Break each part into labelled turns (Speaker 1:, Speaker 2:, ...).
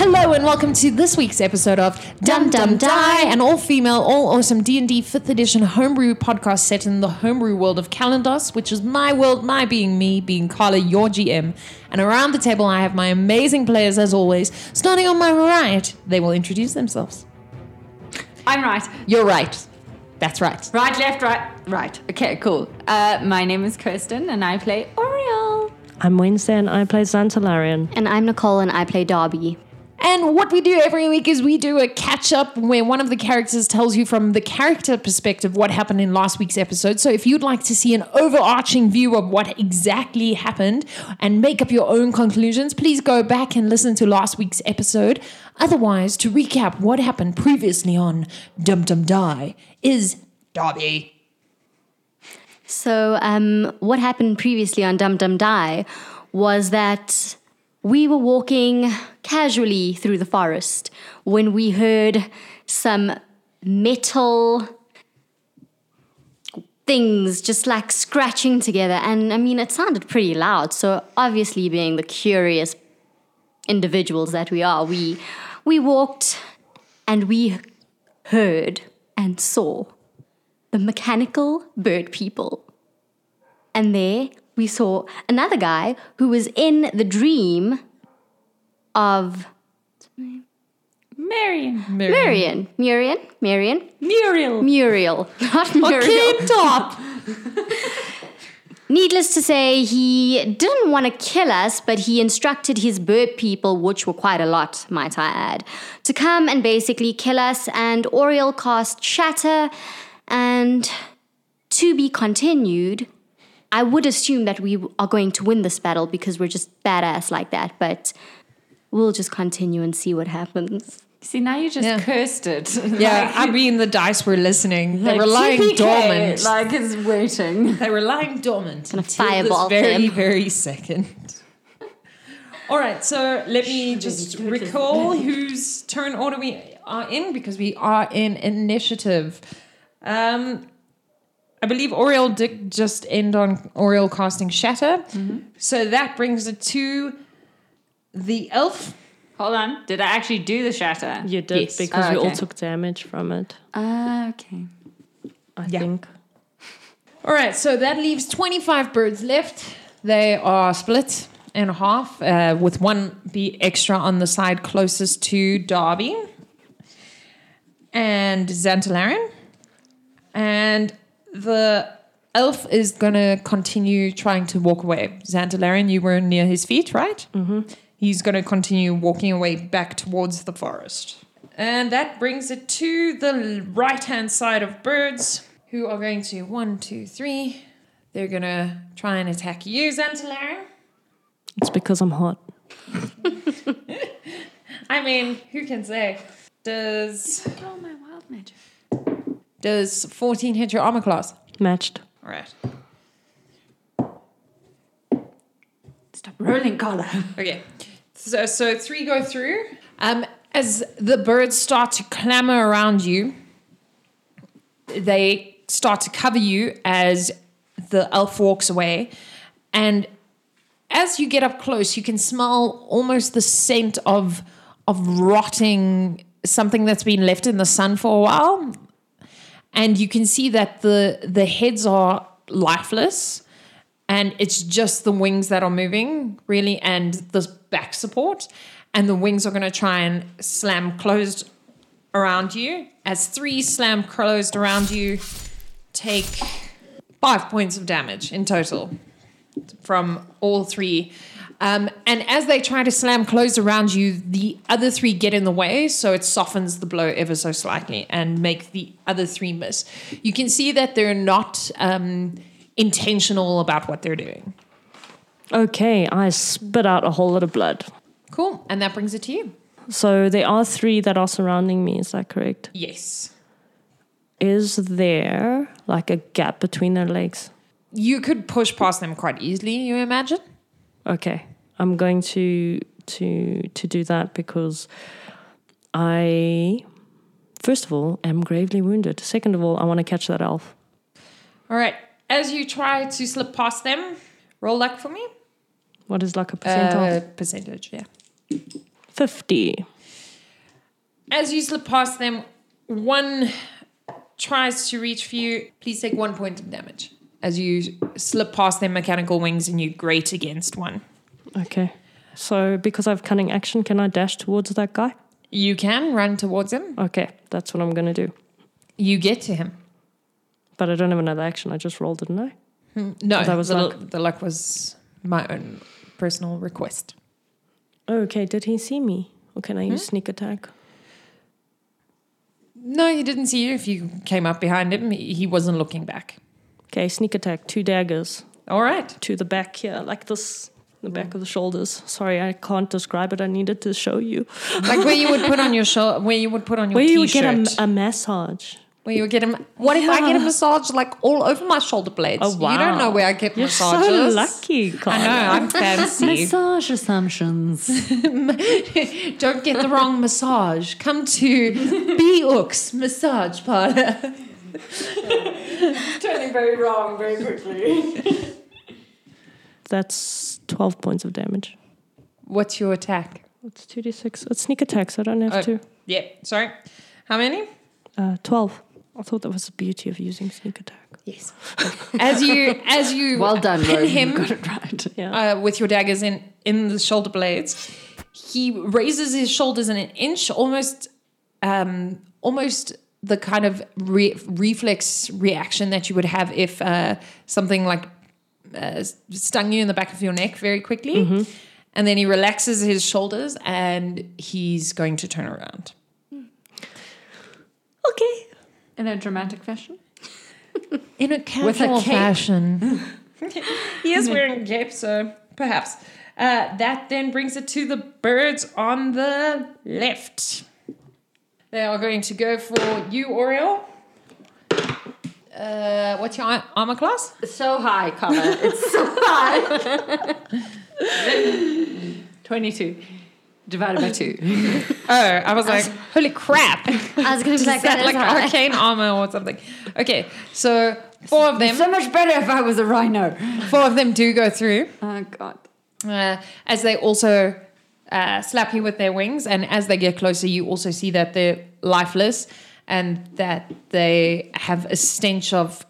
Speaker 1: Hello and welcome to this week's episode of Dum Dum Die, an all-female, all-awesome D&D 5th edition homebrew podcast set in the homebrew world of Kalandos, which is my world, my being me, being Carla, your GM. And around the table I have my amazing players as always. Starting on my right, they will introduce themselves.
Speaker 2: I'm right.
Speaker 1: You're right. That's right.
Speaker 2: Right, left, right, right. Okay, cool. Uh, my name is Kirsten and I play Oriole.
Speaker 3: I'm Wednesday and I play Xantalarian.
Speaker 4: And I'm Nicole and I play Darby.
Speaker 1: And what we do every week is we do a catch up where one of the characters tells you from the character perspective what happened in last week's episode. So if you'd like to see an overarching view of what exactly happened and make up your own conclusions, please go back and listen to last week's episode. Otherwise, to recap what happened previously on Dum Dum Die is Darby.
Speaker 4: So, um, what happened previously on Dum Dum Die was that we were walking casually through the forest when we heard some metal things just like scratching together. And I mean, it sounded pretty loud. So, obviously, being the curious individuals that we are, we, we walked and we heard and saw the mechanical bird people. And there we saw another guy who was in the dream of
Speaker 2: Marion.
Speaker 4: Marion. Marion? Marion?
Speaker 2: Muriel.
Speaker 4: Muriel. Not Muriel.
Speaker 1: Top!
Speaker 4: Needless to say, he didn't want to kill us, but he instructed his bird people, which were quite a lot, might I add, to come and basically kill us. And Oriel cast Shatter, and to be continued. I would assume that we are going to win this battle because we're just badass like that, but we'll just continue and see what happens.
Speaker 2: See, now you just
Speaker 1: Yeah.
Speaker 2: cursed it.
Speaker 1: Yeah, I mean, the dice were listening. They
Speaker 2: Like,
Speaker 1: were lying
Speaker 2: TPK,
Speaker 1: dormant.
Speaker 2: Like it's waiting.
Speaker 1: They were lying dormant
Speaker 4: Gonna
Speaker 1: until
Speaker 4: fireball
Speaker 1: this very,
Speaker 4: them.
Speaker 1: very second. All right, so let me just recall whose turn order we are in because we are in initiative. Um, I believe Oriel did just end on Oriel casting Shatter, so that brings it to the elf.
Speaker 2: Hold on. Did I actually do the shatter?
Speaker 3: You did
Speaker 1: Yes. Ah,
Speaker 3: because
Speaker 2: Oh,
Speaker 3: we all
Speaker 2: okay.
Speaker 3: took damage from it,
Speaker 2: Ah, okay.
Speaker 3: I
Speaker 1: Yeah.
Speaker 3: think.
Speaker 1: All right, so that leaves 25 birds left. They are split in half, uh, with one be extra on the side closest to Darby and Xantalarian. And the elf is going to continue trying to walk away. Xantalarian, you were near his feet, right? Mm-hmm. He's going to continue walking away back towards the forest. And that brings it to the right hand side of birds, who are going to one, two, three. They're going to try and attack you, Xantalarian.
Speaker 3: It's because I'm hot.
Speaker 1: I mean, who can say? Does
Speaker 2: Oh, my wild magic.
Speaker 1: does 14 hit your armor class?
Speaker 3: Matched.
Speaker 1: All right.
Speaker 2: Stop rolling, Carla.
Speaker 1: Okay. So, so three go through. Um, as the birds start to clamor around you, they start to cover you as the elf walks away. And as you get up close, you can smell almost the scent of of rotting something that's been left in the sun for a while. And you can see that the the heads are lifeless and it's just the wings that are moving really and the back support and the wings are going to try and slam closed around you as three slam closed around you take five points of damage in total from all three um, and as they try to slam closed around you the other three get in the way so it softens the blow ever so slightly and make the other three miss you can see that they're not um, intentional about what they're doing
Speaker 3: Okay, I spit out a whole lot of blood.
Speaker 1: cool and that brings it to you
Speaker 3: So there are three that are surrounding me, is that correct?
Speaker 1: yes
Speaker 3: Is there like a gap between their legs?
Speaker 1: you could push past them quite easily you imagine
Speaker 3: Okay. I'm going to to to do that because I first of all am gravely wounded. Second of all, I want to catch that elf.
Speaker 1: all right as you try to slip past them roll luck for me
Speaker 3: What is like a percentile?
Speaker 1: Uh, percentage yeah
Speaker 3: 50.
Speaker 1: As you slip past them, one tries to reach for you. Please take one point of damage as you slip past their mechanical wings and you grate against one.
Speaker 3: Okay. So because I've cunning action, can I dash towards that guy?
Speaker 1: You can run towards him.
Speaker 3: Okay, that's what I'm gonna do.
Speaker 1: You get to him.
Speaker 3: But I don't have another action. I just rolled, didn't I?
Speaker 1: Hmm. No,
Speaker 3: That was
Speaker 1: the,
Speaker 3: luck.
Speaker 1: the luck was my own personal request.
Speaker 3: Okay. Did he see me? Or can I use sneak attack?
Speaker 1: No, he didn't see you. If you came up behind him, he he wasn't looking back.
Speaker 3: Okay, sneak attack. Two daggers
Speaker 1: All right.
Speaker 3: to the back here, like this, the back of the shoulders. Sorry, I can't describe it. I needed to show you.
Speaker 1: Like where you would put on your shoulder, where you would put on your
Speaker 3: Where you would
Speaker 1: t-shirt.
Speaker 3: get a, a massage.
Speaker 1: Where you get a what if I get a
Speaker 3: Yeah.
Speaker 1: massage like all over my shoulder blades?
Speaker 3: Oh wow!
Speaker 1: You don't know where I get
Speaker 3: You're
Speaker 1: massages.
Speaker 3: so lucky,
Speaker 1: I
Speaker 3: Carla.
Speaker 1: know I'm fancy.
Speaker 2: Massage assumptions.
Speaker 1: don't get the wrong massage. Come to B Ooks Massage Parlor.
Speaker 3: Turning very wrong very quickly. That's twelve points of damage.
Speaker 1: What's your attack?
Speaker 3: It's two d six. It's sneak attack, so I don't have
Speaker 1: Oh.
Speaker 3: to.
Speaker 1: Yep. Sorry. How many?
Speaker 3: Uh, Twelve. I thought that was the beauty of using sneak attack.
Speaker 1: Yes. As you as you
Speaker 2: Well done,
Speaker 1: pin
Speaker 2: Rowan.
Speaker 1: him
Speaker 2: You got it right.
Speaker 3: Yeah.
Speaker 1: uh, with your daggers in in the shoulder blades, he raises his shoulders in an inch, almost um, almost the kind of re- reflex reaction that you would have if uh, something like uh, stung you in the back of your neck very quickly.
Speaker 3: Mm-hmm.
Speaker 1: And then he relaxes his shoulders and he's going to turn around.
Speaker 3: okay.
Speaker 2: In a dramatic fashion.
Speaker 1: in a casual
Speaker 2: casual
Speaker 1: fashion. he is wearing a cape, so perhaps. Uh, that then brings it to the birds on the left. They are going to go for you, Oriel. Uh, what's your ar- armor class?
Speaker 2: So high, Connor. It's so high. 22 divided by 2.
Speaker 1: Oh, I was like, holy crap! Is
Speaker 4: I was going to be like,
Speaker 1: that like
Speaker 4: high.
Speaker 1: arcane armor or something? Okay, so four of them,
Speaker 2: So much better if I was a rhino.
Speaker 1: four of them do go through.
Speaker 2: Oh, God.
Speaker 1: uh, as they also uh, slap you with their wings. And as they get closer, you also see that they're lifeless and that they have a stench of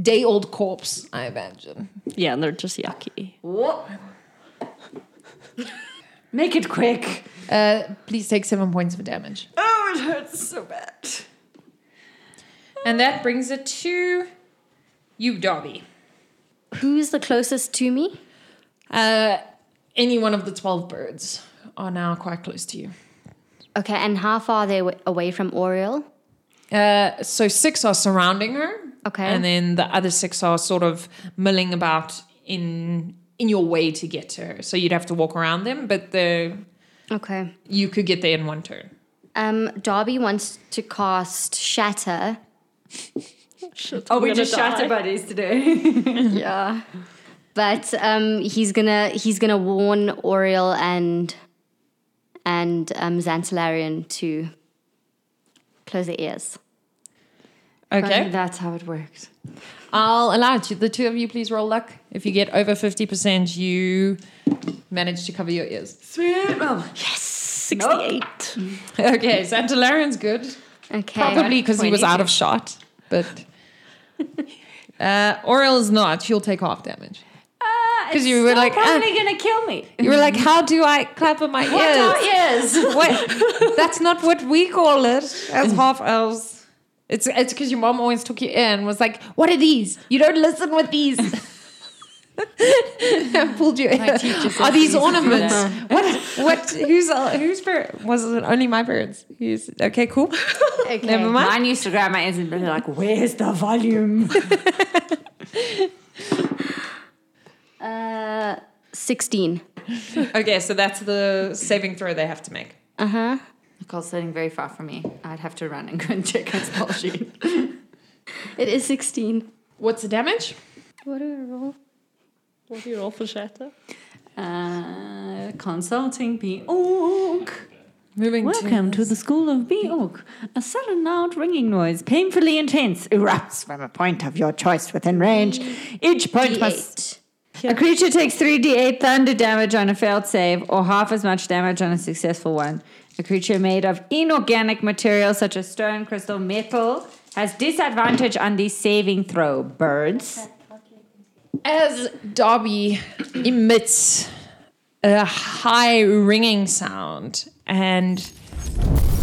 Speaker 1: day old corpse, I imagine.
Speaker 3: Yeah, they're just yucky.
Speaker 2: Whoop. Make it quick.
Speaker 1: Uh, please take seven points of damage.
Speaker 2: Oh, it hurts so bad.
Speaker 1: And that brings it to you, Darby.
Speaker 4: Who's the closest to me?
Speaker 1: Uh, any one of the 12 birds are now quite close to you.
Speaker 4: Okay, and how far are they wa- away from Oriel?
Speaker 1: Uh, so six are surrounding her.
Speaker 4: Okay.
Speaker 1: And then the other six are sort of milling about in in your way to get to her. So you'd have to walk around them, but the
Speaker 4: Okay.
Speaker 1: you could get there in one turn.
Speaker 4: Um, Darby wants to cast Shatter.
Speaker 3: Shit,
Speaker 2: Oh,
Speaker 3: I'm
Speaker 2: we
Speaker 3: gonna
Speaker 2: just
Speaker 3: die.
Speaker 2: shatter buddies today.
Speaker 4: Yeah. But um, he's gonna he's gonna warn Oriel and and um, Xantalarian to close their ears.
Speaker 1: Okay.
Speaker 2: That's how it works.
Speaker 1: I'll allow it. The two of you please roll luck. If you get over 50%, you manage to cover your ears.
Speaker 2: Sweet. Oh,
Speaker 3: Sixty-eight.
Speaker 1: Okay, Santalarian's good.
Speaker 4: Okay.
Speaker 1: Probably because he was
Speaker 2: 20.
Speaker 1: out of shot, but uh, Oriel is not. She'll take half damage.
Speaker 2: Because
Speaker 1: you were like, ah.
Speaker 2: Uh, probably gonna kill me.
Speaker 1: You were like, "How do I clap in my
Speaker 2: What
Speaker 1: ears?"
Speaker 2: are ears?
Speaker 1: What? That's not what we call it as half elves. It's it's because your mom always took you in and was like, "What are these? You don't listen with these." and pulled you in.
Speaker 2: teacher said
Speaker 1: Are
Speaker 2: she
Speaker 1: these
Speaker 2: used to do
Speaker 1: ornaments?
Speaker 2: that.
Speaker 1: What? What? Who's uh, who's bird? Was it only my birds? Who's, okay, cool.
Speaker 4: Okay.
Speaker 1: Never mind.
Speaker 2: Mine used to grab my ears and be like, "Where's the volume?"
Speaker 4: Uh, sixteen.
Speaker 1: Okay, so that's the saving throw they have to make.
Speaker 4: Uh huh.
Speaker 2: Nicole's sitting very far from me. I'd have to run and go and check her spell sheet.
Speaker 4: It is sixteen.
Speaker 1: What's the damage?
Speaker 4: What do I roll?
Speaker 3: What do you roll for shatter?
Speaker 2: Uh, consulting Beorg.
Speaker 1: Moving
Speaker 2: Welcome to the school of Beorg. A sudden loud ringing noise, painfully intense, erupts from a point of your choice within range. Each point must
Speaker 4: D8.
Speaker 3: here.
Speaker 2: A creature takes 3d8 thunder damage on a failed save or half as much damage on a successful one. A creature made of inorganic material such as stone, crystal, metal has disadvantage on the saving throw. Birds.
Speaker 1: As Darby emits a high ringing sound and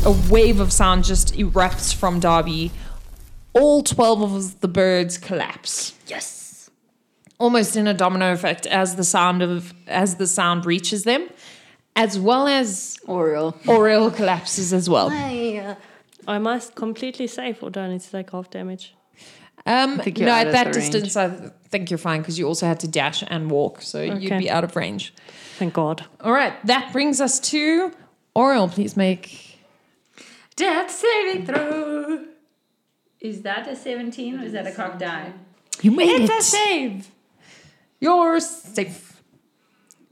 Speaker 1: a wave of sound just erupts from Darby, all 12 of the birds collapse.
Speaker 4: Yes.
Speaker 1: almost in a domino effect as the sound of as the sound reaches them, as well as
Speaker 4: Oriole.
Speaker 1: Oriole collapses as well.
Speaker 3: I must completely save or do I need to take half damage?
Speaker 1: Um,
Speaker 2: think you're
Speaker 1: no,
Speaker 2: out
Speaker 1: at
Speaker 2: of
Speaker 1: that
Speaker 2: the range.
Speaker 1: distance, I th- think you're fine because you also had to dash and walk, so you'd
Speaker 3: Okay.
Speaker 1: be out of range.
Speaker 3: Thank God.
Speaker 1: All right, that brings us to Oriole. Please make
Speaker 2: Death saving throw. Is that a 17 or is that a cock die?
Speaker 1: you made
Speaker 2: It's a save.
Speaker 1: You're safe.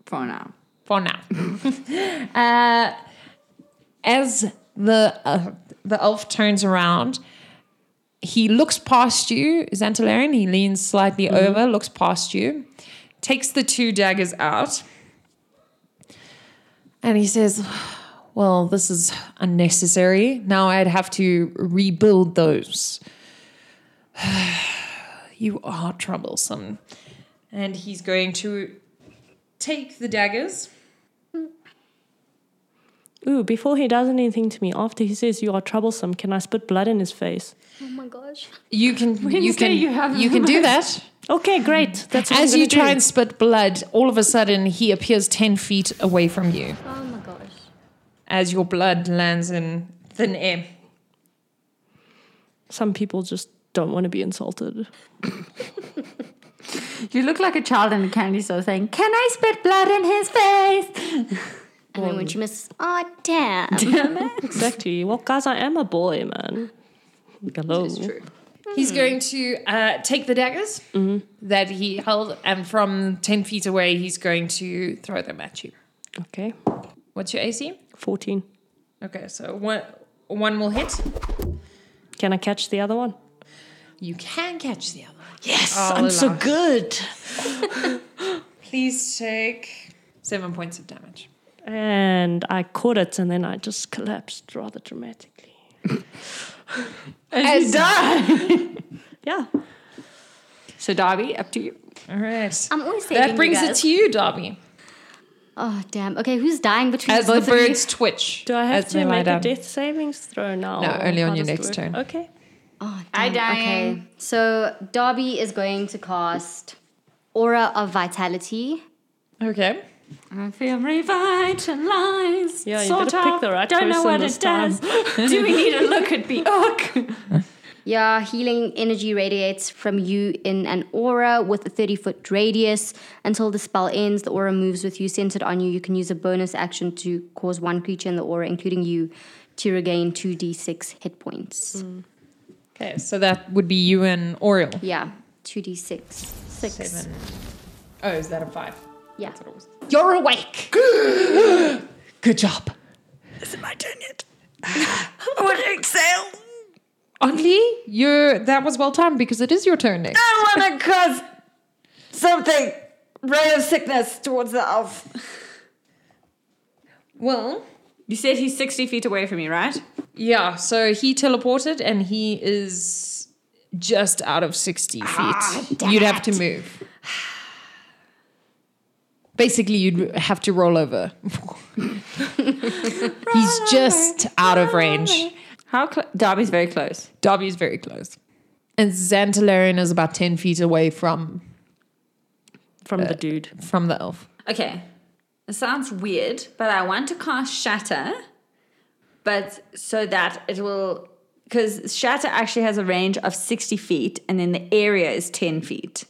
Speaker 2: For now.
Speaker 1: for now. uh, as the uh, the elf turns around, he looks past you, Xantalarian. He leans slightly over, looks past you, takes the two daggers out, and he says, "Well, this is unnecessary. Now I'd have to rebuild those." you are troublesome. And he's going to take the daggers.
Speaker 3: Ooh, before he does anything to me, after he says you are troublesome, can I spit blood in his face?
Speaker 4: Oh my gosh.
Speaker 1: You can you
Speaker 2: Wednesday
Speaker 1: can
Speaker 2: you have
Speaker 1: you can do that.
Speaker 3: Okay, great. That's what
Speaker 1: As
Speaker 3: I'm
Speaker 1: you
Speaker 3: gonna
Speaker 1: try
Speaker 3: do.
Speaker 1: and spit blood, all of a sudden he appears ten feet away from you
Speaker 4: Oh my gosh.
Speaker 1: as your blood lands in thin air.
Speaker 3: Some people just don't want to be insulted.
Speaker 2: You look like a child in a candy store saying, Can I spit blood in his face?
Speaker 4: And then when she misses, oh damn.
Speaker 3: Exactly. Well, guys, I am a boy, man. Hello. true.
Speaker 1: He's
Speaker 4: Hmm.
Speaker 1: going to uh, take the daggers that he held, and from ten feet away, he's going to throw them at you.
Speaker 3: Okay.
Speaker 1: What's your AC?
Speaker 3: 14.
Speaker 1: Okay, so one one will hit.
Speaker 3: Can I catch the other one?
Speaker 1: You can catch the Oh, other. one.
Speaker 3: Yes,
Speaker 1: I'll I'm so allow it.
Speaker 3: good.
Speaker 1: Please take seven points of damage.
Speaker 3: And I caught it and then I just collapsed rather dramatically.
Speaker 1: As,
Speaker 3: Yeah.
Speaker 2: So, Darby, up to you.
Speaker 1: all right.
Speaker 4: I'm always saving
Speaker 1: That brings
Speaker 4: you
Speaker 1: it
Speaker 4: guys.
Speaker 1: to you, Darby.
Speaker 4: Oh damn. Okay, who's dying between
Speaker 1: as the
Speaker 4: both of you?
Speaker 1: birds twitch.
Speaker 3: Do I have
Speaker 1: as they
Speaker 3: to
Speaker 1: lie
Speaker 3: make
Speaker 1: down.
Speaker 3: a death savings throw now?
Speaker 1: No,
Speaker 3: or
Speaker 1: only on
Speaker 3: how
Speaker 1: your
Speaker 3: does it
Speaker 1: next
Speaker 3: work?
Speaker 1: turn.
Speaker 3: Okay.
Speaker 4: Oh,
Speaker 2: I
Speaker 4: damn.
Speaker 2: dying.
Speaker 4: Okay. So Darby is going to cast Aura of Vitality.
Speaker 1: Okay.
Speaker 2: I feel revitalized.
Speaker 3: Yeah, you
Speaker 2: sort
Speaker 3: gotta pick
Speaker 2: of.
Speaker 3: the right
Speaker 2: Don't know
Speaker 3: person
Speaker 2: what
Speaker 3: this
Speaker 2: it does. Do we need a look at the orc?
Speaker 4: Yeah, healing energy radiates from you in an aura with a 30 foot radius. Until the spell ends, the aura moves with you centered on you. You can use a bonus action to cause one creature in the aura, including you, to regain 2d6 hit points.
Speaker 1: Okay, so that would be you and Oriole.
Speaker 4: Yeah, 2d6. Six.
Speaker 1: Seven. Oh, is that a five?
Speaker 4: Yeah.
Speaker 1: You're awake. Good job.
Speaker 5: Is it my turn yet? I want to exhale.
Speaker 1: Oddly, you're that was well timed because it is your turn next.
Speaker 5: I want to cause something. Ray of sickness towards the elf.
Speaker 1: Well,
Speaker 2: You said he's 60 feet away from you, right?
Speaker 1: yeah. So he teleported and he is just out of sixty feet.
Speaker 2: Ah,
Speaker 1: you'd have to move. Basically, you'd have to roll over. He's just out of range.
Speaker 2: How cl- Darby's very close.
Speaker 1: Darby's very close. And Xantalarian is about 10 feet away from
Speaker 3: From
Speaker 1: Uh,
Speaker 3: the dude.
Speaker 1: from the elf.
Speaker 2: Okay. It sounds weird, but I want to cast Shatter, but so that it will. Because Shatter actually has a range of 60 feet, and then the area is 10 feet.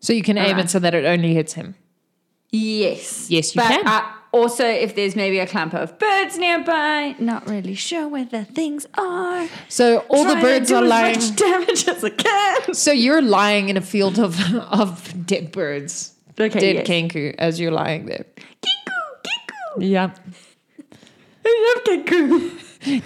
Speaker 1: So you can aim it so that it only hits him.
Speaker 2: Yes.
Speaker 1: Yes, you
Speaker 2: but
Speaker 1: can.
Speaker 2: I- also, if there's maybe a clump of birds nearby, not really sure where the things are.
Speaker 1: So all the
Speaker 2: Trying to
Speaker 1: birds
Speaker 2: do
Speaker 1: are
Speaker 2: as
Speaker 1: lying.
Speaker 2: Much damage as I can.
Speaker 1: So you're lying in a field of of dead birds.
Speaker 2: Okay,
Speaker 1: dead
Speaker 2: yes.
Speaker 1: kanku as you're lying there.
Speaker 2: Kiku, kiku.
Speaker 1: Yeah.
Speaker 2: love kangaroo.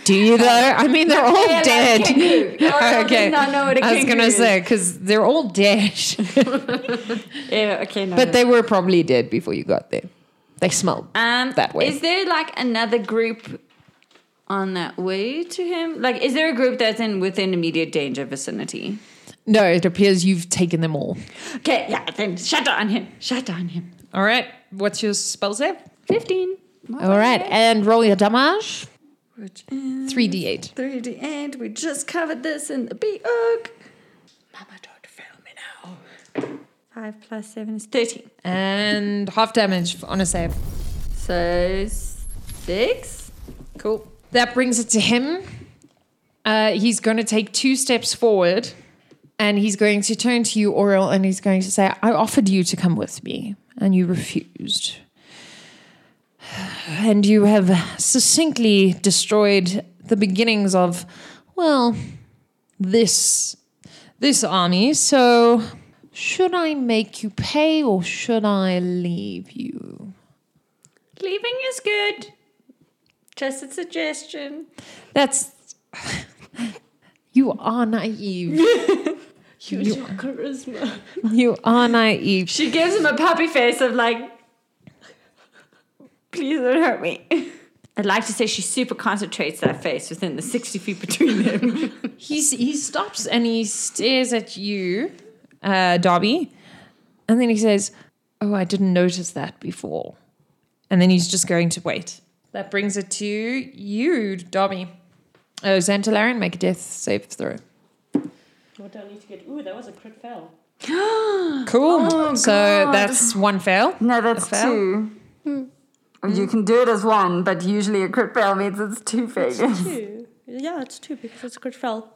Speaker 1: Do you though? I mean, they're all
Speaker 2: I like
Speaker 1: dead.
Speaker 2: kangaroo. Oh, I also
Speaker 1: okay.
Speaker 2: did not know what a
Speaker 1: I was
Speaker 2: kangaroo
Speaker 1: gonna
Speaker 2: is.
Speaker 1: say because they're all dead,
Speaker 2: Yeah, okay, no.
Speaker 1: but they were probably dead before you got there. They smelled
Speaker 2: um,
Speaker 1: that way.
Speaker 2: Is there like another group on that way to him? Like, is there a group that's in within immediate danger vicinity?
Speaker 1: no, it appears you've taken them all.
Speaker 2: Okay, yeah, then shut on him. Shut on him.
Speaker 1: All right. What's your spell save?
Speaker 2: 15.
Speaker 1: All right, and roll your damage.
Speaker 5: Which
Speaker 1: Three d eight.
Speaker 5: 3d8. We just covered this in the book. Mama, don't fail me now.
Speaker 2: 5 plus 7 is 13.
Speaker 1: And half damage on a save.
Speaker 2: So, 6.
Speaker 1: Cool. That brings it to him. Uh, he's going to take two steps forward and he's going to turn to you, Oriel, and he's going to say, I offered you to come with me, and you refused. And you have succinctly destroyed the beginnings of, well, this this army. So, should I make you pay or should I leave you?
Speaker 2: Leaving is good. Just a suggestion.
Speaker 1: That's you are naive.
Speaker 3: Use your charisma.
Speaker 1: You are naive.
Speaker 2: She gives him a puppy face of like, please don't hurt me. I'd like to say she super concentrates that face within the 60 feet between them.
Speaker 1: He's, he stops and he stares at you, uh, Dobby, and then he says, "Oh, I didn't notice that before." And then he's just going to wait. That brings it to you, Dobby. Oh, Xantalarian, make a death save throw.
Speaker 3: What do I need to get? Ooh, that was a crit fail.
Speaker 1: Cool. so that's one fail.
Speaker 2: No, that's
Speaker 1: fail.
Speaker 2: two.
Speaker 5: Hmm.
Speaker 2: You can do it as one, but usually a crit fail means it's two failures.
Speaker 3: Two. Yeah, it's two because it's a crit fail.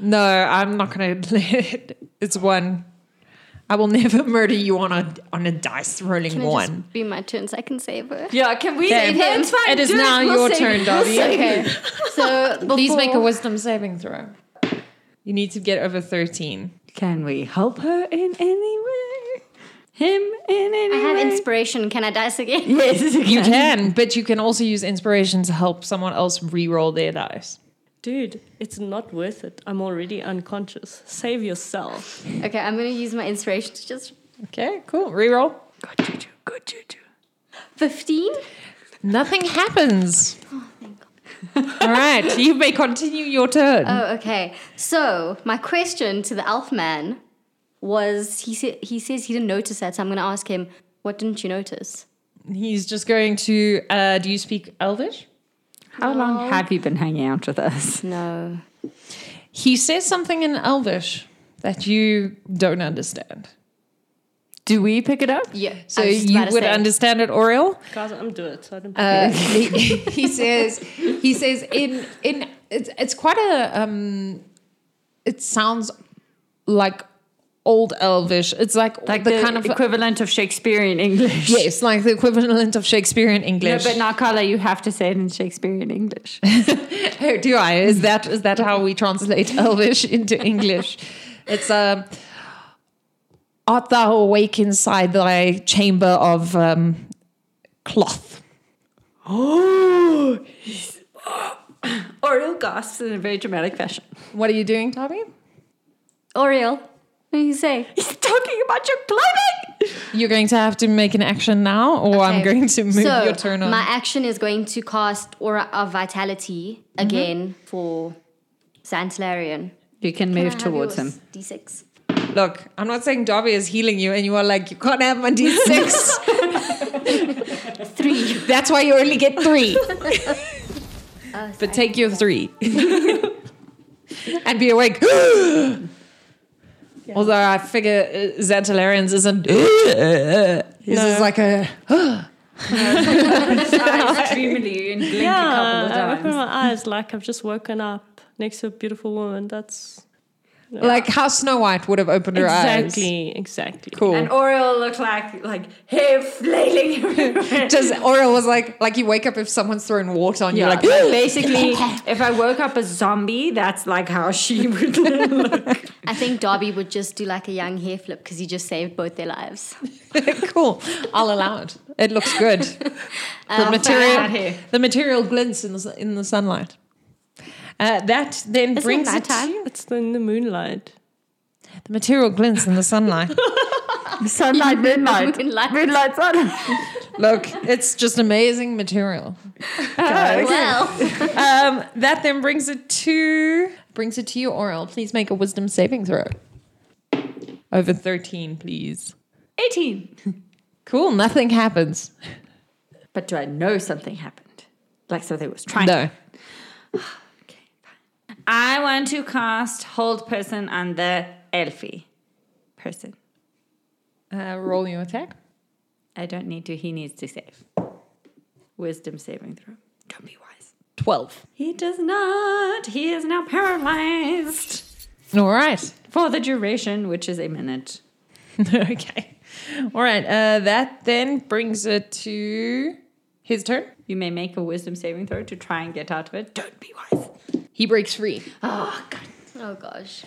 Speaker 1: No, I'm not going to let it. It's one. I will never murder you on a on a dice rolling
Speaker 4: Can it
Speaker 1: one.
Speaker 4: just be my turn so I can save her?
Speaker 2: Yeah, can we?
Speaker 1: Okay.
Speaker 2: No, it's fine.
Speaker 1: It is
Speaker 2: do
Speaker 1: now
Speaker 2: We'll
Speaker 1: your
Speaker 2: save
Speaker 1: turn,
Speaker 2: it.
Speaker 1: Dobby.
Speaker 2: We'll save it.
Speaker 4: Okay. So
Speaker 1: Please
Speaker 4: before-
Speaker 1: make a wisdom saving throw. You need to get over 13.
Speaker 2: Can we help her in any way? Him in any
Speaker 4: I have
Speaker 2: way?
Speaker 4: inspiration. Can I dice again?
Speaker 2: yes,
Speaker 1: You can, but you can also use inspiration to help someone else re-roll their dice.
Speaker 3: Dude, it's not worth it. I'm already unconscious. Save yourself.
Speaker 4: Okay, I'm gonna use my inspiration to just
Speaker 1: Okay, cool. Reroll.
Speaker 2: Good juju, good juju.
Speaker 4: 15.
Speaker 1: Nothing happens.
Speaker 4: Oh,
Speaker 1: All right, you may continue your turn.
Speaker 4: Oh, okay. So my question to the elf man was: he said he says he didn't notice that, so I'm gonna ask him, "What didn't you notice?"
Speaker 1: He's just going to. Uh, do you speak Elvish?
Speaker 2: How long have you been hanging out with us?
Speaker 4: No.
Speaker 1: He says something in Elvish that you don't understand.
Speaker 2: Do we pick it up?
Speaker 4: Yeah.
Speaker 1: So you would understand it, Oriel.
Speaker 3: Guys, I'm doing it. So I don't
Speaker 1: Uh, he, he says he says in in it's it's quite a um it sounds like old elvish it's like,
Speaker 2: Like
Speaker 1: the, kind of
Speaker 2: equivalent of Shakespearean English.
Speaker 1: yes like the equivalent of shakespearean
Speaker 2: No,
Speaker 1: english
Speaker 2: but not Carla, you have to say it in Shakespearean English.
Speaker 1: Oh, do i is that is that how we translate elvish into english it's um art thou awake inside thy chamber of um cloth
Speaker 2: Oh, Oriel gasps in a very dramatic fashion.
Speaker 1: what are you doing tommy
Speaker 4: Oriel. What do you say?
Speaker 2: He's talking about your clothing.
Speaker 1: You're going to have to make an action now, or Oh, I'm
Speaker 4: Okay.
Speaker 1: going to move
Speaker 4: So,
Speaker 1: your turn on.
Speaker 4: My action is going to cast Aura of Vitality
Speaker 1: Mm-hmm.
Speaker 4: again for Santalarian.
Speaker 2: You can
Speaker 4: Can I
Speaker 2: move
Speaker 4: have
Speaker 2: towards
Speaker 4: yours?
Speaker 2: him.
Speaker 4: D6.
Speaker 1: Look, I'm not saying Dobby is healing you, and you are like, you can't have my D6.
Speaker 4: Three.
Speaker 1: That's why you only get three.
Speaker 4: Oh,
Speaker 1: But take your three. and be awake. Although I figure uh, Xantalarians isn't. This is like a.
Speaker 2: dreamily and blink
Speaker 3: yeah, I open my eyes like I've just woken up next to a beautiful woman. That's
Speaker 1: Like how Snow White would have opened her eyes.
Speaker 3: exactly, exactly.
Speaker 1: Cool.
Speaker 2: And Oriel looks like like hair flailing everywhere.
Speaker 1: Just Aura was like, like you wake up if someone's thrown water on you,
Speaker 2: Yeah,
Speaker 1: like,
Speaker 2: but basically, if I woke up a zombie, that's like how she would look.
Speaker 4: I think Darby would just do like a young hair flip because he just saved both their lives.
Speaker 1: cool, I'll allow it. It looks good. the
Speaker 2: out
Speaker 1: material,
Speaker 2: here.
Speaker 1: the material glints in the su- in the sunlight. Uh, that then
Speaker 4: Isn't it
Speaker 1: brings it
Speaker 4: nighttime?
Speaker 1: to
Speaker 3: It's in the moonlight.
Speaker 1: the material glints in the sunlight.
Speaker 2: Sunlight, midnight.
Speaker 4: Moonlight.
Speaker 2: Midnight, sunlight.
Speaker 1: Look, it's just amazing material.
Speaker 4: Well,
Speaker 1: Um, that then brings it to brings it to you, Oral. Please make a wisdom saving throw. Over thirteen, please.
Speaker 2: 18.
Speaker 1: Cool. Nothing happens.
Speaker 2: But do I know something happened? Like something was trying
Speaker 1: No.
Speaker 2: I want to cast Hold Person on the Elfie person.
Speaker 1: Uh, roll your attack.
Speaker 2: I don't need to. He needs to save. Wisdom saving throw. Don't be wise.
Speaker 1: Twelve.
Speaker 2: He does not. He is now paralyzed
Speaker 1: All right.
Speaker 2: for the duration, which is a minute.
Speaker 1: okay. All right. Uh, that then brings it to his turn.
Speaker 2: You may make a wisdom saving throw to try and get out of it. Don't be wise.
Speaker 1: He breaks free.
Speaker 2: Oh, God.
Speaker 4: oh gosh.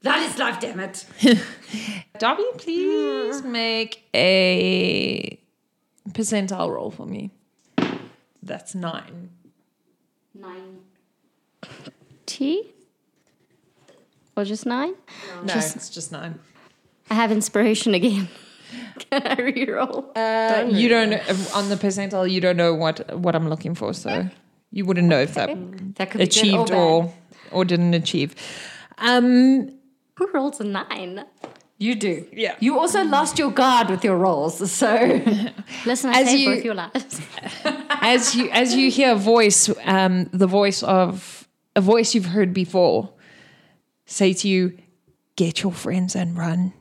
Speaker 2: That is life, damn it.
Speaker 1: Dobby, please
Speaker 2: Ah.
Speaker 1: make a percentile roll for me. That's nine.
Speaker 4: Nine. T? Or just nine?
Speaker 1: No, it's just nine.
Speaker 4: I have inspiration again. Can I reroll?
Speaker 1: Uh, you don't on the percentile. You don't know what what I'm looking for, so you wouldn't know if that
Speaker 2: That could be good
Speaker 1: achieved
Speaker 2: bad.
Speaker 1: or or didn't achieve. Um,
Speaker 4: Who rolls a nine?
Speaker 2: You do.
Speaker 1: Yeah.
Speaker 2: You also lost your guard with your rolls, so.
Speaker 4: Listen, I
Speaker 1: As
Speaker 4: saved
Speaker 1: you-
Speaker 4: both your lives.
Speaker 1: as you as you hear a voice, um, the voice of a voice you've heard before, say to you, "Get your friends and run."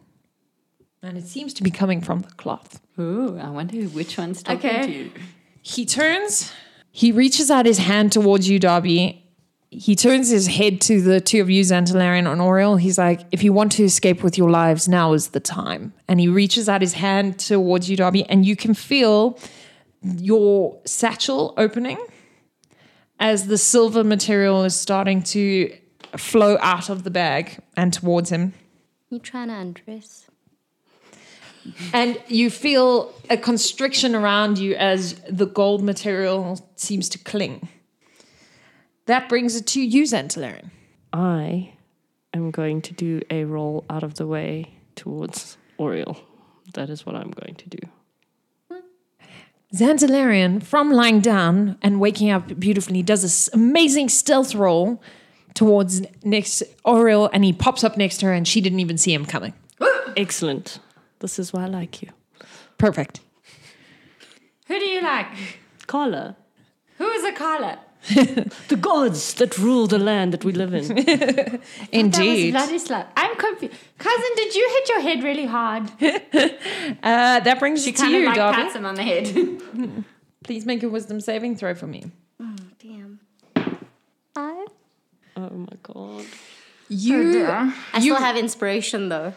Speaker 1: And it seems to be coming from the cloth.
Speaker 2: Ooh, I wonder which one's talking
Speaker 4: Okay.
Speaker 2: to you.
Speaker 1: He turns. He reaches out his hand towards you, Darby. He turns his head to the two of you, Xantalarian and Oriel. He's like, if you want to escape with your lives, now is the time. And he reaches out his hand towards you, Darby, and you can feel your satchel opening as the silver material is starting to flow out of the bag and towards him.
Speaker 4: You trying to undress?
Speaker 1: And you feel a constriction around you as the gold material seems to cling. That brings it to you, Xantalarian.
Speaker 3: I am going to do a roll out of the way towards Oriel. That is what I'm going to do.
Speaker 1: Xantalarian, from lying down and waking up beautifully, does this amazing stealth roll towards next Oriel, and he pops up next to her, and she didn't even see him coming.
Speaker 3: Excellent. This is why I like you.
Speaker 1: Perfect.
Speaker 2: Who do you like?
Speaker 3: Carla.
Speaker 2: Who is a Carla?
Speaker 3: The gods that rule the land that we live in.
Speaker 1: Indeed.
Speaker 2: That was Vladislav. I'm confused. Cousin, did you hit your head really hard?
Speaker 1: Uh, that brings it to
Speaker 2: Kinda
Speaker 1: you,
Speaker 2: like
Speaker 1: Darby.
Speaker 2: pats him on the head.
Speaker 1: Please make a wisdom saving throw for me.
Speaker 4: Damn. Five? Oh,
Speaker 3: oh my god.
Speaker 1: You,
Speaker 4: I still have inspiration though.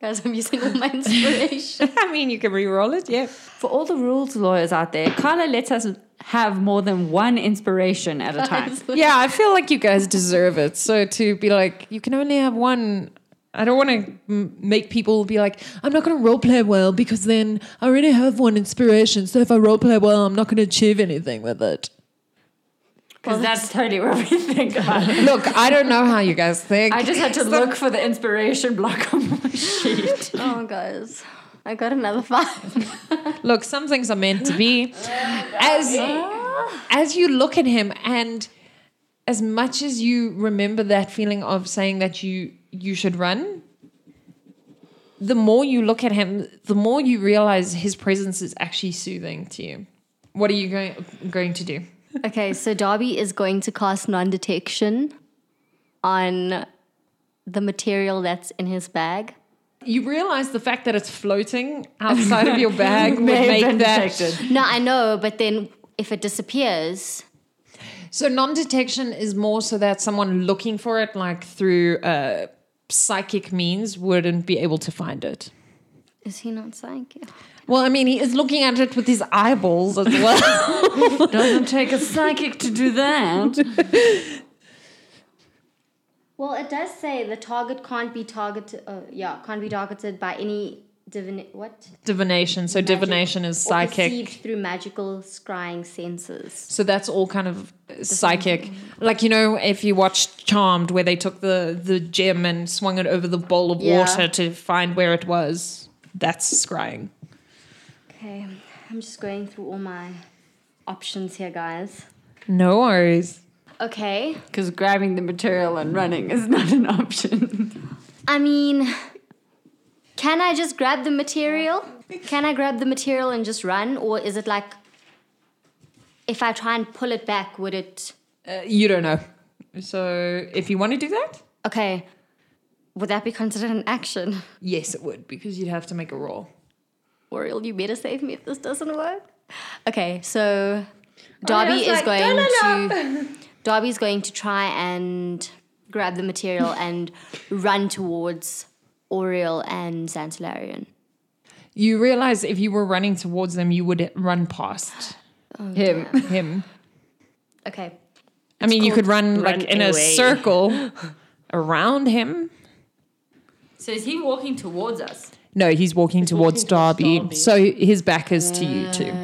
Speaker 4: Guys, I'm using all my inspiration.
Speaker 1: I mean, you can re-roll it, yeah.
Speaker 2: For all the rules lawyers out there, Carla lets us have more than one inspiration at a time.
Speaker 1: yeah, I feel like you guys deserve it. So to be like, you can only have one. I don't want to m- make people be like, I'm not going to roleplay well because then I already have one inspiration. So if I roleplay well, I'm not going to achieve anything with it.
Speaker 2: Because that's totally what we think about it.
Speaker 1: Look, I don't know how you guys think.
Speaker 2: I just had to look for the inspiration block on my sheet.
Speaker 4: oh, guys. I got another five.
Speaker 1: Look, some things are meant to be. As as you look at him and as much as you remember that feeling of saying that you you should run, the more you look at him, the more you realize his presence is actually soothing to you. What are you going going to do?
Speaker 4: Okay, so Darby is going to cast non detection on the material that's in his bag.
Speaker 1: You realize the fact that it's floating outside of your bag would
Speaker 2: May have
Speaker 1: make
Speaker 2: been
Speaker 1: that
Speaker 2: detected.
Speaker 4: No, I know, but then if it disappears,
Speaker 1: So non-detection is more so that someone looking for it, like through uh, psychic means, wouldn't be able to find it.
Speaker 4: is he not psychic?
Speaker 1: Well, I mean, he is looking at it with his eyeballs as well.
Speaker 2: Doesn't take a psychic to do that.
Speaker 4: Well, it does say the target can't be targeted. Uh, yeah, can't be targeted by any divina- what?
Speaker 1: Divination. So
Speaker 4: Magic
Speaker 1: divination is
Speaker 4: or
Speaker 1: psychic.
Speaker 4: Perceived through magical scrying senses.
Speaker 1: So that's all kind of psychic. Like you know, if you watch Charmed, where they took the the gem and swung it over the bowl of
Speaker 4: Yeah.
Speaker 1: water to find where it was. That's scrying.
Speaker 4: Okay, I'm just going through all my options here, guys.
Speaker 1: No worries.
Speaker 4: Okay,
Speaker 2: Because grabbing the material and running is not an option.
Speaker 4: I mean, can I just grab the material? Can I grab the material and just run? Or is it like, if I try and pull it back, would it.
Speaker 1: Uh, you don't know. So if you want to do that,
Speaker 4: Okay, would that be considered an action?
Speaker 1: yes, it would because you'd have to make a roll.
Speaker 4: Oriel, you better save me if this doesn't work. Okay, so Darby
Speaker 5: Oriel's
Speaker 4: is
Speaker 5: like,
Speaker 4: going
Speaker 5: "No, no,
Speaker 4: to Darby's going to try and grab the material and run towards Oriel and Santalarian.
Speaker 1: You realize if you were running towards them, you would run past
Speaker 2: Him.
Speaker 1: him.
Speaker 4: Okay.
Speaker 1: I mean, you could run
Speaker 3: run
Speaker 1: like in a
Speaker 3: away.
Speaker 1: circle around him.
Speaker 2: So is he walking towards us?
Speaker 1: No, he's walking towards Darby, so his back is to you too.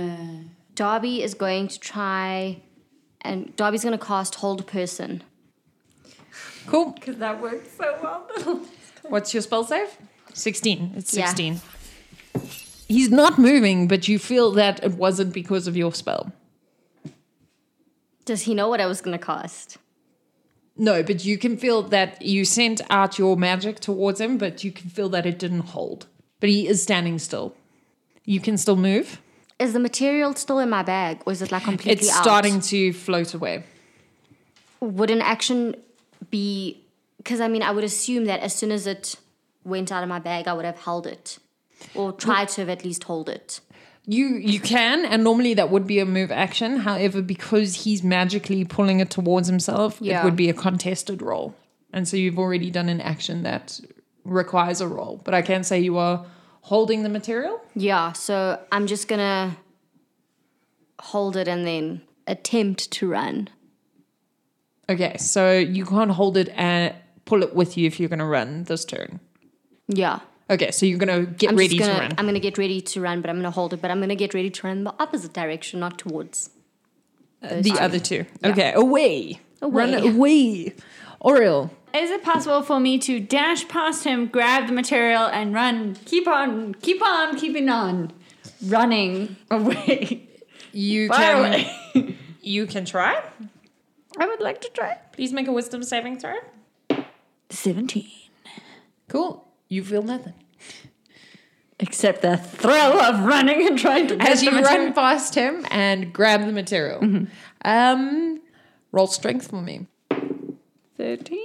Speaker 4: Darby is going to try and Darby's gonna cast hold person.
Speaker 1: Cool.
Speaker 2: Because that works so well.
Speaker 1: What's your spell save? 16. It's
Speaker 4: Yeah.
Speaker 1: 16. He's not moving, but you feel that it wasn't because of your spell.
Speaker 4: Does he know what I was gonna cast?
Speaker 1: No, but you can feel that you sent out your magic towards him, but you can feel that it didn't hold. But he is standing still. You can still move.
Speaker 4: Is the material still in my bag or is it like completely
Speaker 1: it's
Speaker 4: out?
Speaker 1: starting to float away.
Speaker 4: would an action be because i mean i would assume that as soon as it went out of my bag i would have held it or tried to have at least hold it
Speaker 1: You you can, and normally that would be a move action. However, because he's magically pulling it towards himself,
Speaker 4: Yeah.
Speaker 1: it would be a contested roll. And so you've already done an action that requires a roll. But I can say you are holding the material.
Speaker 4: yeah so i'm just gonna hold it and then attempt to run
Speaker 1: Okay, so you can't hold it and pull it with you if you're going to run this turn.
Speaker 4: yeah
Speaker 1: Okay, so you're going to get
Speaker 4: i'm
Speaker 1: ready
Speaker 4: just gonna
Speaker 1: to run.
Speaker 4: i'm gonna get ready to run but i'm gonna hold it but i'm gonna get ready to run the opposite direction not towards those
Speaker 1: the
Speaker 4: two.
Speaker 1: other two. Okay, away. Run
Speaker 4: Away.
Speaker 1: away. Oriel.
Speaker 2: Is it possible for me to dash past him, grab the material, and run? Keep on, keep on, keeping on, running away.
Speaker 1: You
Speaker 2: Fire
Speaker 1: can
Speaker 2: away.
Speaker 1: you can try.
Speaker 2: I would like to try.
Speaker 1: Please make a wisdom saving throw.
Speaker 2: Seventeen.
Speaker 1: Cool. You feel nothing.
Speaker 2: Except the thrill of running and trying to
Speaker 1: As
Speaker 2: get
Speaker 1: you
Speaker 2: the material. Mm-hmm.
Speaker 1: run past him and grab the material. Um, roll strength for me.
Speaker 2: Thirteen.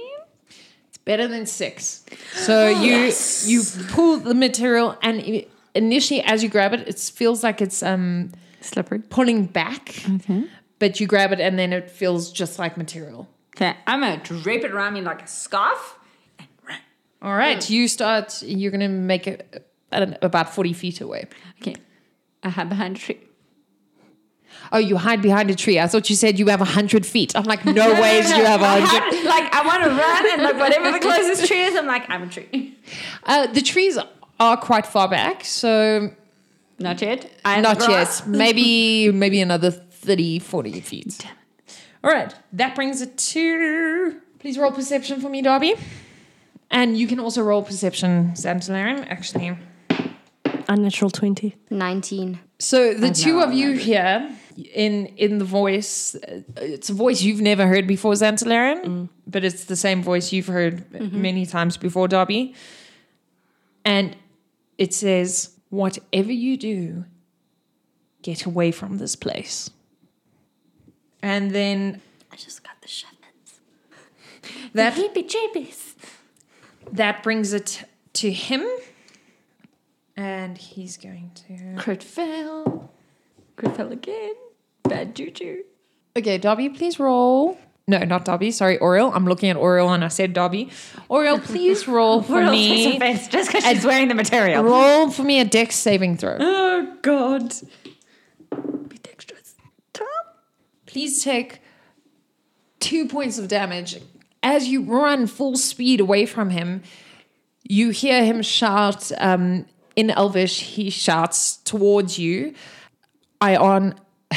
Speaker 1: It's better than six. So you you pull the material and i- initially as you grab it, it feels like it's um
Speaker 2: Slippery.
Speaker 1: pulling back. But you grab it and then it feels just like material.
Speaker 2: Okay, I'm gonna drape it around me like a scarf.
Speaker 1: All right, you start. You're gonna make it I don't know, about forty feet away.
Speaker 2: Okay, I hide behind a tree.
Speaker 1: Oh, you hide behind a tree. I thought you said you have hundred feet. I'm like, no ways, you have
Speaker 2: I
Speaker 1: hundred.
Speaker 2: hide- like I want to run, and like whatever the closest tree is, I'm like I'm a tree.
Speaker 1: Uh, the trees are quite far back, so
Speaker 2: Not yet. I'm
Speaker 1: not yet. Maybe maybe another 30, 40 feet. All right, that brings it to. Please roll perception for me, Darby. And you can also roll perception, Santalarium, actually.
Speaker 3: Unnatural 20.
Speaker 4: 19
Speaker 1: So the two of you here in in the voice, uh, it's a voice you've never heard before, Xantalarian, but it's the same voice you've heard many times before, Darby. And it says, "Whatever you do, get away from this place." And then
Speaker 4: i just got the shepherds
Speaker 1: that
Speaker 4: hippie chippies
Speaker 1: that brings it to him, and he's going to.
Speaker 2: Crit fail. Crit fail again. Bad juju.
Speaker 1: Okay, Dobby, please roll. No, not Dobby. Sorry, Oriel. I'm looking at Oriel and I said Dobby. Oriel, please roll for me.
Speaker 2: face just because she's wearing the material.
Speaker 1: Roll for me a dex saving throw.
Speaker 2: Oh God. Be dexterous. Tom.
Speaker 1: Please take two points of damage. As you run full speed away from him, you hear him shout, um, in Elvish, he shouts towards you, I aren't,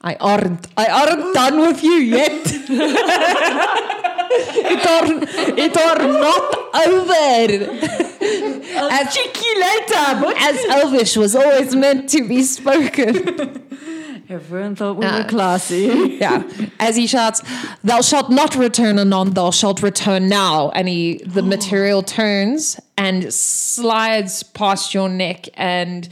Speaker 1: I aren't, I aren't done with you yet. it are, it are not over. As, cheeky later, as Elvish was always meant to be spoken.
Speaker 2: Everyone thought we
Speaker 1: Uh.
Speaker 2: were classy.
Speaker 1: yeah. As he shouts, "Thou shalt not return anon. Thou shalt return now." And he, the material turns and slides past your neck, and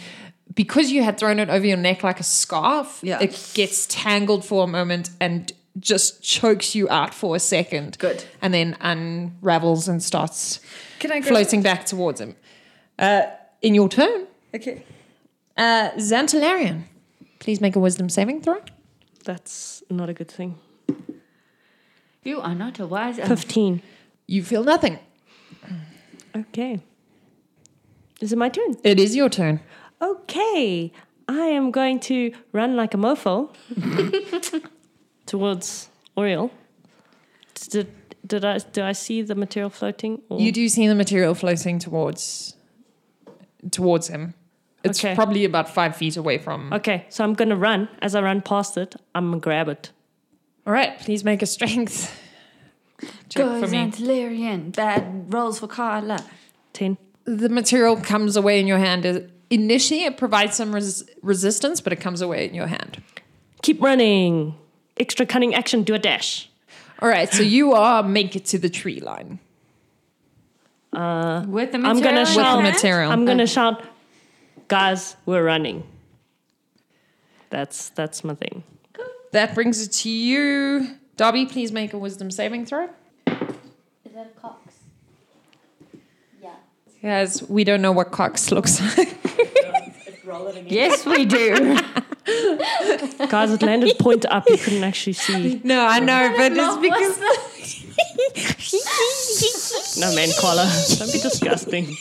Speaker 1: because you had thrown it over your neck like a scarf,
Speaker 5: Yeah.
Speaker 1: it gets tangled for a moment and just chokes you out for a second.
Speaker 5: Good.
Speaker 1: And then unravels and starts
Speaker 5: Can I go?
Speaker 1: floating back towards him. Uh, in your turn,
Speaker 5: Okay.
Speaker 1: uh, Xantalarian, please make a wisdom saving throw.
Speaker 3: That's not a good thing.
Speaker 2: you are not a wise.
Speaker 3: 15.
Speaker 1: You feel nothing.
Speaker 3: Okay. Is it my turn?
Speaker 1: It is your turn.
Speaker 3: Okay. I am going to run like a mofo towards Oriel. Did, did I do I see the material floating? Or?
Speaker 1: You do see the material floating towards towards him. It's
Speaker 3: Okay.
Speaker 1: probably about five feet away from.
Speaker 3: Okay, so I'm gonna run. As I run past it, I'm gonna grab it.
Speaker 1: All right, please make a strength check
Speaker 2: Go
Speaker 1: for me.
Speaker 2: Xantalarian. Bad rolls for Carla.
Speaker 3: Ten.
Speaker 1: The material comes away in your hand. Initially, it provides some res- resistance, but it comes away in your hand.
Speaker 3: Keep running. Extra cunning action. Do a dash.
Speaker 1: All right, so you are make it to the tree line.
Speaker 2: With the
Speaker 3: I'm
Speaker 2: material.
Speaker 3: gonna
Speaker 2: in
Speaker 3: shout.
Speaker 2: hand?
Speaker 1: With the material.
Speaker 3: I'm gonna shout. Guys, we're running. That's that's my thing.
Speaker 1: That brings it to you, Dobby. Please make a wisdom saving throw.
Speaker 4: Is that a Cox? Yeah.
Speaker 1: Yes, we don't know what Cox looks like.
Speaker 4: Roll it again.
Speaker 2: Yes, we do.
Speaker 3: Guys, it landed point up. You couldn't actually see.
Speaker 1: no, I know, but it's
Speaker 4: Mom, what's
Speaker 1: because
Speaker 3: No man collar. Don't be disgusting.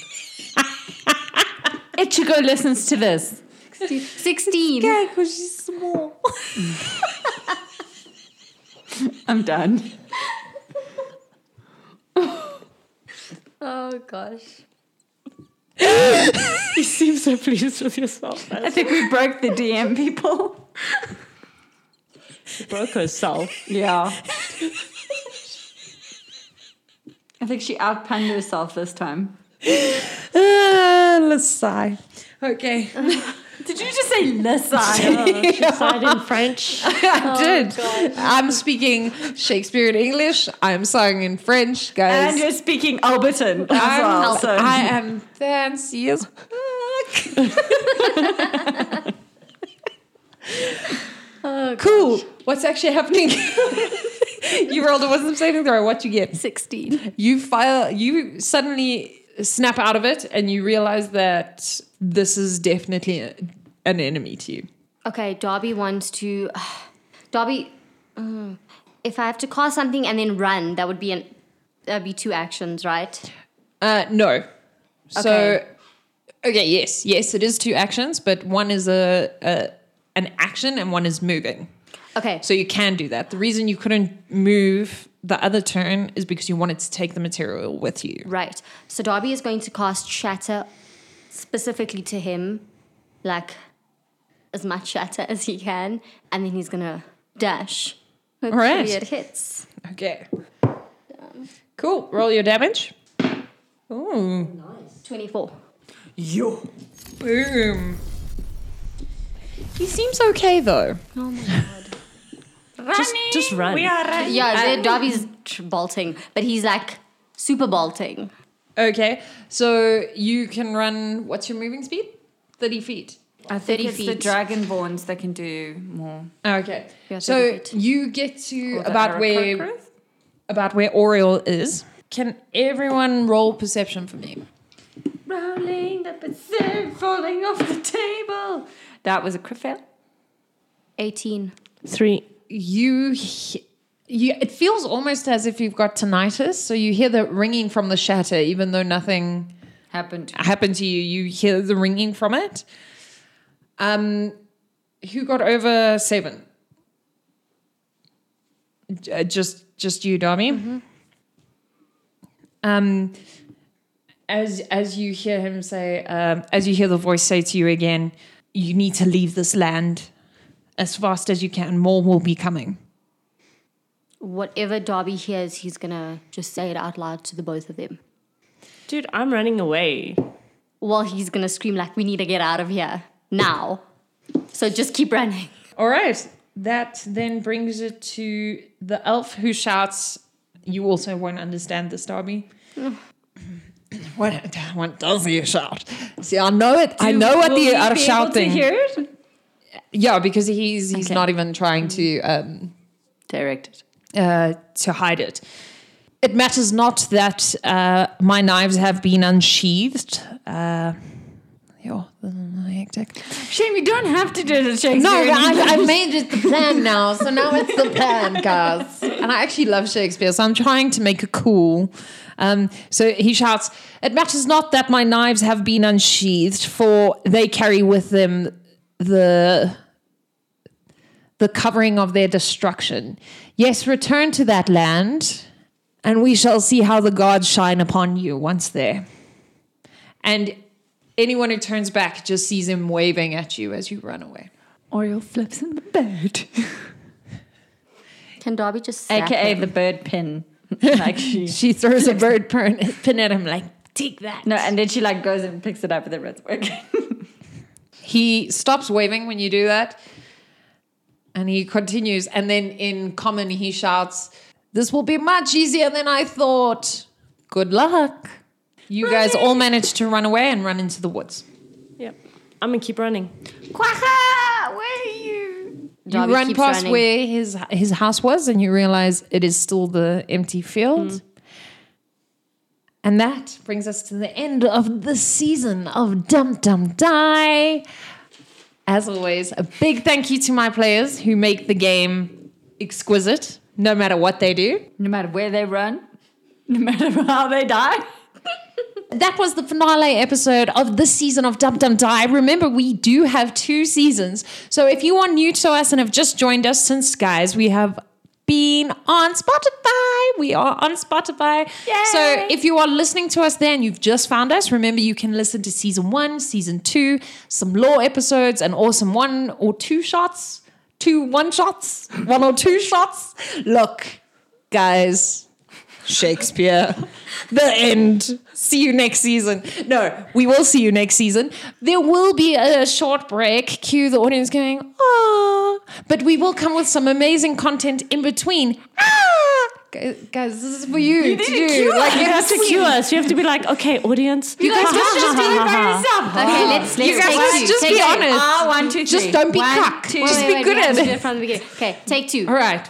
Speaker 2: Ichigo listens to this.
Speaker 4: 16.
Speaker 1: because she's small.
Speaker 2: I'm done.
Speaker 4: Oh gosh.
Speaker 3: You seem so pleased with yourself.
Speaker 2: I think we broke the DM people.
Speaker 3: She broke herself.
Speaker 2: Yeah. I think she outpunned herself this time.
Speaker 1: Ah, let's sigh. Okay.
Speaker 2: Did you just say listen?
Speaker 3: She sighed in French.
Speaker 4: Oh,
Speaker 1: I did. I'm speaking Shakespearean English. I'm singing in French, guys.
Speaker 2: and you're speaking Alberton as
Speaker 1: I'm,
Speaker 2: well. So.
Speaker 1: I am fancy as fuck.
Speaker 2: Oh,
Speaker 1: cool. What's actually happening? you rolled a wisdom saving throw. What you get?
Speaker 4: 16.
Speaker 1: you file you suddenly snap out of it and you realize that this is definitely a- an enemy to you
Speaker 4: Okay, Dobby wants to. Dobby. mm, if I have to cast something and then run, that would be an. That'd be two actions, right?
Speaker 1: uh no so
Speaker 4: Okay.
Speaker 1: okay yes yes it is two actions but one is a, a an action and one is moving
Speaker 4: Okay.
Speaker 1: so you can do that the reason you couldn't move the other turn is because you wanted to take the material with you
Speaker 4: Right. So Darby is going to cast Shatter specifically to him, like as much Shatter as he can, and then he's gonna dash. Hopefully
Speaker 1: right.
Speaker 4: It hits.
Speaker 1: okay cool roll your damage Ooh.
Speaker 4: Twenty-four.
Speaker 1: Boom. He seems okay though.
Speaker 3: Just, just run.
Speaker 4: Yeah, uh, Darby's tr- bolting, but he's like super bolting.
Speaker 1: Okay, so you can run. What's your moving speed? Thirty feet.
Speaker 2: I think
Speaker 4: 30
Speaker 2: it's the
Speaker 4: feet.
Speaker 2: dragonborns that can do more.
Speaker 1: Okay,
Speaker 4: Yeah, 30
Speaker 1: so
Speaker 4: feet.
Speaker 1: you get to
Speaker 2: Or the
Speaker 1: about where
Speaker 2: Aracrocrus?
Speaker 1: about where Oriole is. Can everyone roll perception for me?
Speaker 2: Rolling the percent, falling off the table. That was a crit fail.
Speaker 4: Eighteen.
Speaker 3: Three.
Speaker 1: You, he- you. It feels almost as if you've got tinnitus. So you hear the ringing from the shatter, even though nothing
Speaker 2: Happened.
Speaker 1: happened to you, you hear the ringing from it. Um, who got over seven? J- uh, Just, just you, Dami. Um, as as you hear him say, um, as you hear the voice say to you again, you need to leave this land as fast as you can. More will be coming.
Speaker 4: Whatever Darby hears, he's gonna just say it out loud to the both of them.
Speaker 3: Dude, I'm running away.
Speaker 4: Well, he's gonna scream like, "We need to get out of here now!" So just keep running.
Speaker 1: All right. That then brings it to the elf who shouts, "You also won't understand this, Darby." what, what does he shout? See, I know it. I know what
Speaker 2: Will
Speaker 1: they
Speaker 2: we
Speaker 1: are
Speaker 2: be able
Speaker 1: shouting.
Speaker 2: To hear it?
Speaker 1: Yeah, because he's he's
Speaker 4: Okay.
Speaker 1: not even trying to um,
Speaker 4: Directed.
Speaker 1: uh, to hide it. It matters not that uh, my knives have been unsheathed. Uh, yeah, hectic.
Speaker 2: Shane, we don't have to do the Shakespeare.
Speaker 1: No, I, I made it the plan now, so now it's the plan, guys. And I actually love Shakespeare, so I'm trying to make it cool. Um, so he shouts, "It matters not that my knives have been unsheathed, for they carry with them the the covering of their destruction. Yes, return to that land, and we shall see how the gods shine upon you once there." And anyone who turns back just sees him waving at you as you run away.
Speaker 2: Oriole flips in the bird.
Speaker 4: Can Darby just slap
Speaker 2: AKA
Speaker 4: him?
Speaker 2: the bird pin. like she.
Speaker 1: She throws a bird pin, pin at him, like, take that.
Speaker 2: No, and then she like goes and picks it up with the red work.
Speaker 1: He stops waving when you do that. And he continues. And then in common, he shouts, This will be much easier than I thought. Good luck. You guys all manage to run away and run into the woods.
Speaker 3: Yep. I'm gonna keep running.
Speaker 4: Quacker, where are you? Darby
Speaker 1: you run
Speaker 4: keeps
Speaker 1: past
Speaker 4: running.
Speaker 1: where his his house was, and you realize it is still the empty field.
Speaker 4: Mm-hmm.
Speaker 1: And that brings us to the end of the season of Dum Dum Die. As always, a big thank you to my players who make the game exquisite, no matter what they do.
Speaker 2: No matter where they run, no matter how they die.
Speaker 1: That was the finale episode of this season of Dum Dum Die. Remember, we do have two seasons. So if you are new to us and have just joined us since, guys, we have been on Spotify. We are on Spotify. So if you are listening to us there and you've just found us, remember you can listen to season one, season two, some lore episodes, and awesome one or two shots, two one shots, one or two shots. Look, guys, Shakespeare. the end. See you next season. No, we will see you next season. There will be a short break. Cue the audience going, ah. But we will come with some amazing content in between. Ah! Guys, guys, this is for you, to do. like,
Speaker 3: You have to cue us. You have to be like, okay, audience. You
Speaker 1: guys just- just be by
Speaker 2: yourself.
Speaker 4: Okay, let's let's
Speaker 1: You guys
Speaker 4: take
Speaker 1: must
Speaker 4: two.
Speaker 1: just
Speaker 4: take
Speaker 1: be
Speaker 4: two.
Speaker 1: honest.
Speaker 2: Ah, one, two,
Speaker 1: Just
Speaker 2: three.
Speaker 1: don't be
Speaker 2: One,
Speaker 1: cock.
Speaker 2: two,
Speaker 1: Just
Speaker 4: Wait,
Speaker 1: be
Speaker 4: wait,
Speaker 1: good
Speaker 4: we have
Speaker 1: at
Speaker 4: to
Speaker 1: it.
Speaker 4: do from the beginning. Okay, take two.
Speaker 1: All right.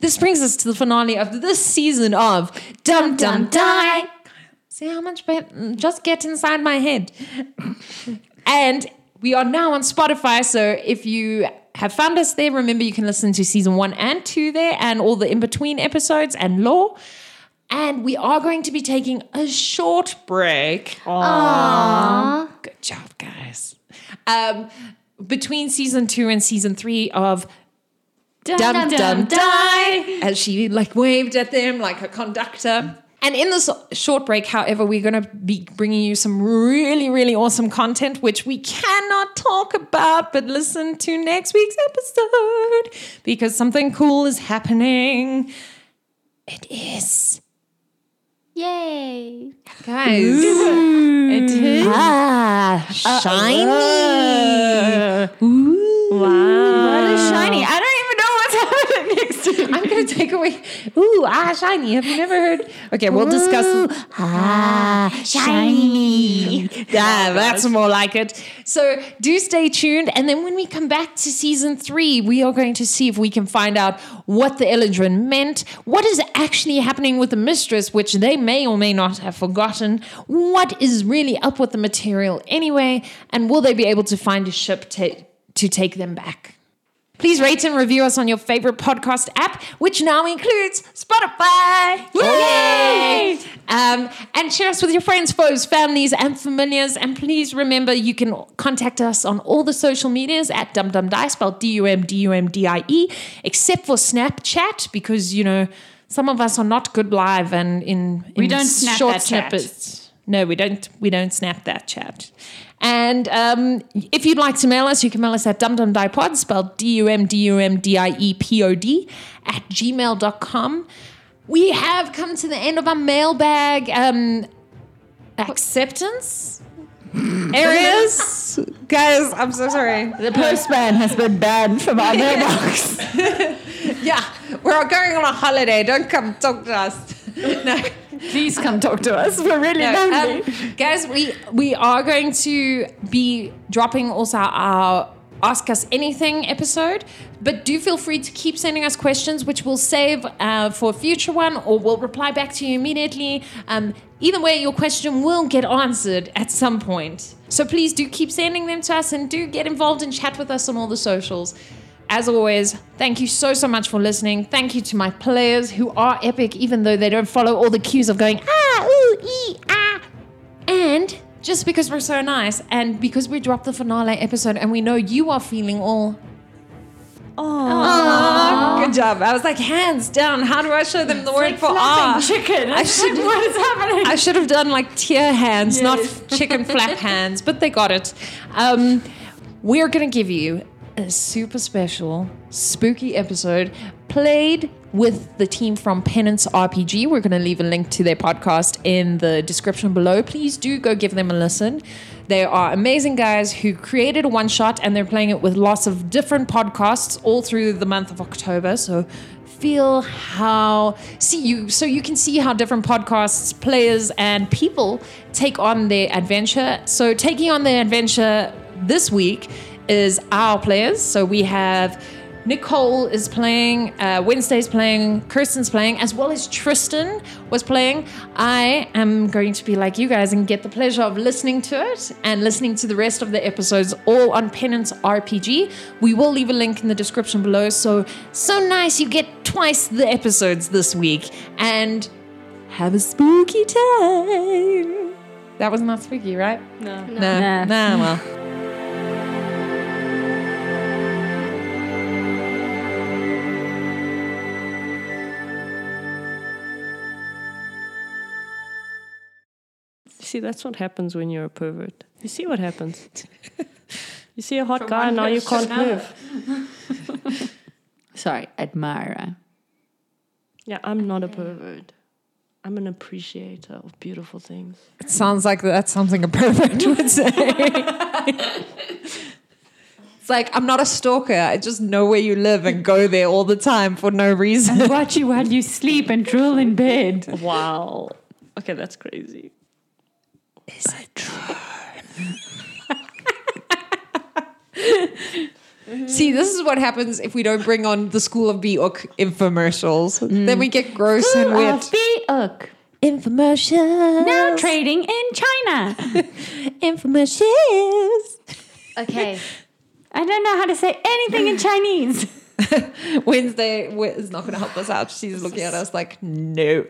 Speaker 1: This brings us to the finale of this season of Dum Dum Die. See how much bet- just get inside my head. and we are now on Spotify, so if you have found us there, remember you can listen to season one and two there and all the in between episodes and lore. And we are going to be taking a short break. Good job, guys. Um, between season two and season three of dum dum, die as she like waved at them like a conductor and in this short break however we're going to be bringing you some really really awesome content which we cannot talk about but listen to next week's episode because something cool is happening it is
Speaker 4: Yay!
Speaker 1: guys it is ah, Uh, shiny
Speaker 2: What
Speaker 1: Uh,
Speaker 2: is shiny? I don't even know what's happening next to you.
Speaker 1: I'm gonna take away. Ooh, ah, shiny. Have you never heard? Okay, we'll discuss. ah, shiny. Oh Yeah, that's more like it. So do stay tuned, and then when we come back to season three, we are going to see if we can find out what the Eldrin meant, what is actually happening with the mistress, which they may or may not have forgotten, what is really up with the material anyway, and will they be able to find a ship ta- to take them back? Please rate and review us on your favorite podcast app, which now includes Spotify.
Speaker 2: Oh,
Speaker 1: Yay! Um, and share us with your friends, foes, families, and familiars. And please remember you can contact us on all the social medias at dumdumdie, spelled D U M D U M D I E, except for Snapchat, because, you know, some of us are not good live and in, in
Speaker 2: don't snap
Speaker 1: short
Speaker 2: that chat.
Speaker 1: snippets. No, we don't. We don't snap that chat. And um, if you'd like to mail us, you can mail us at dumdumdipod, spelled E D-U-M-D-U-M-D-I-E-P-O-D, at gmail.com. We have come to the end of our mailbag um, acceptance areas. Guys, I'm so sorry.
Speaker 2: The postman has been banned from our mailbox.
Speaker 1: Yeah, we're going on a holiday. Don't come talk to us. no.
Speaker 2: Please come talk to us. We're really
Speaker 1: No,
Speaker 2: lonely.
Speaker 1: um, guys, we we are going to be dropping also our Ask Us Anything episode, but do feel free to keep sending us questions, which we'll save uh, for a future one, or we'll reply back to you immediately. Um, either way, your question will get answered at some point. So please do keep sending them to us, and do get involved and chat with us on all the socials. As always, thank you so, so much for listening. Thank you to my players who are epic, even though they don't follow all the cues of going, ah, ooh, ee, ah. And just because we're so nice, and because we dropped the finale episode, and we know you are feeling all. Oh, good job. I was like, hands down, how do I show them the word for ah?
Speaker 2: chicken.
Speaker 1: I should,
Speaker 2: what is happening?
Speaker 1: I should have done like tear hands, not chicken flap hands, but they got it. Um, we're going to give you a super special, spooky episode played with the team from Penance RPG. We're going to leave a link to their podcast in the description below. Please do go give them a listen. They are amazing guys who created a one shot and they're playing it with lots of different podcasts all through the month of October. So feel how see you so you can see how different podcasts players and people take on their adventure so taking on their adventure this week is our players so we have nicole is playing uh, wednesday's playing kirsten's playing as well as tristan was playing i am going to be like you guys and get the pleasure of listening to it and listening to the rest of the episodes all on penance rpg we will leave a link in the description below so so nice you get twice the episodes this week and have a spooky time. That was not spooky, right? No. No. No,
Speaker 2: No.
Speaker 1: well.
Speaker 3: See, that's what happens when you're a pervert. You see what happens. You see a hot guy, now you can't move.
Speaker 2: Sorry, admirer.
Speaker 3: Yeah, I'm not a pervert. I'm an appreciator of beautiful things.
Speaker 1: It sounds like that's something a pervert would say. it's like, I'm not a stalker. I just know where you live and go there all the time for no reason.
Speaker 2: Watch you while you sleep and drool in bed.
Speaker 3: Wow. Okay, that's crazy.
Speaker 1: See, this is what happens if we don't bring on the School of B Ook infomercials. Then we get gross and weird.
Speaker 2: Oak.
Speaker 1: Infomercials.
Speaker 2: Now trading in China.
Speaker 1: Infomercials.
Speaker 4: Okay.
Speaker 2: I don't know how to say anything in Chinese.
Speaker 1: Wednesday is not going to help us out. She's looking at us like, no.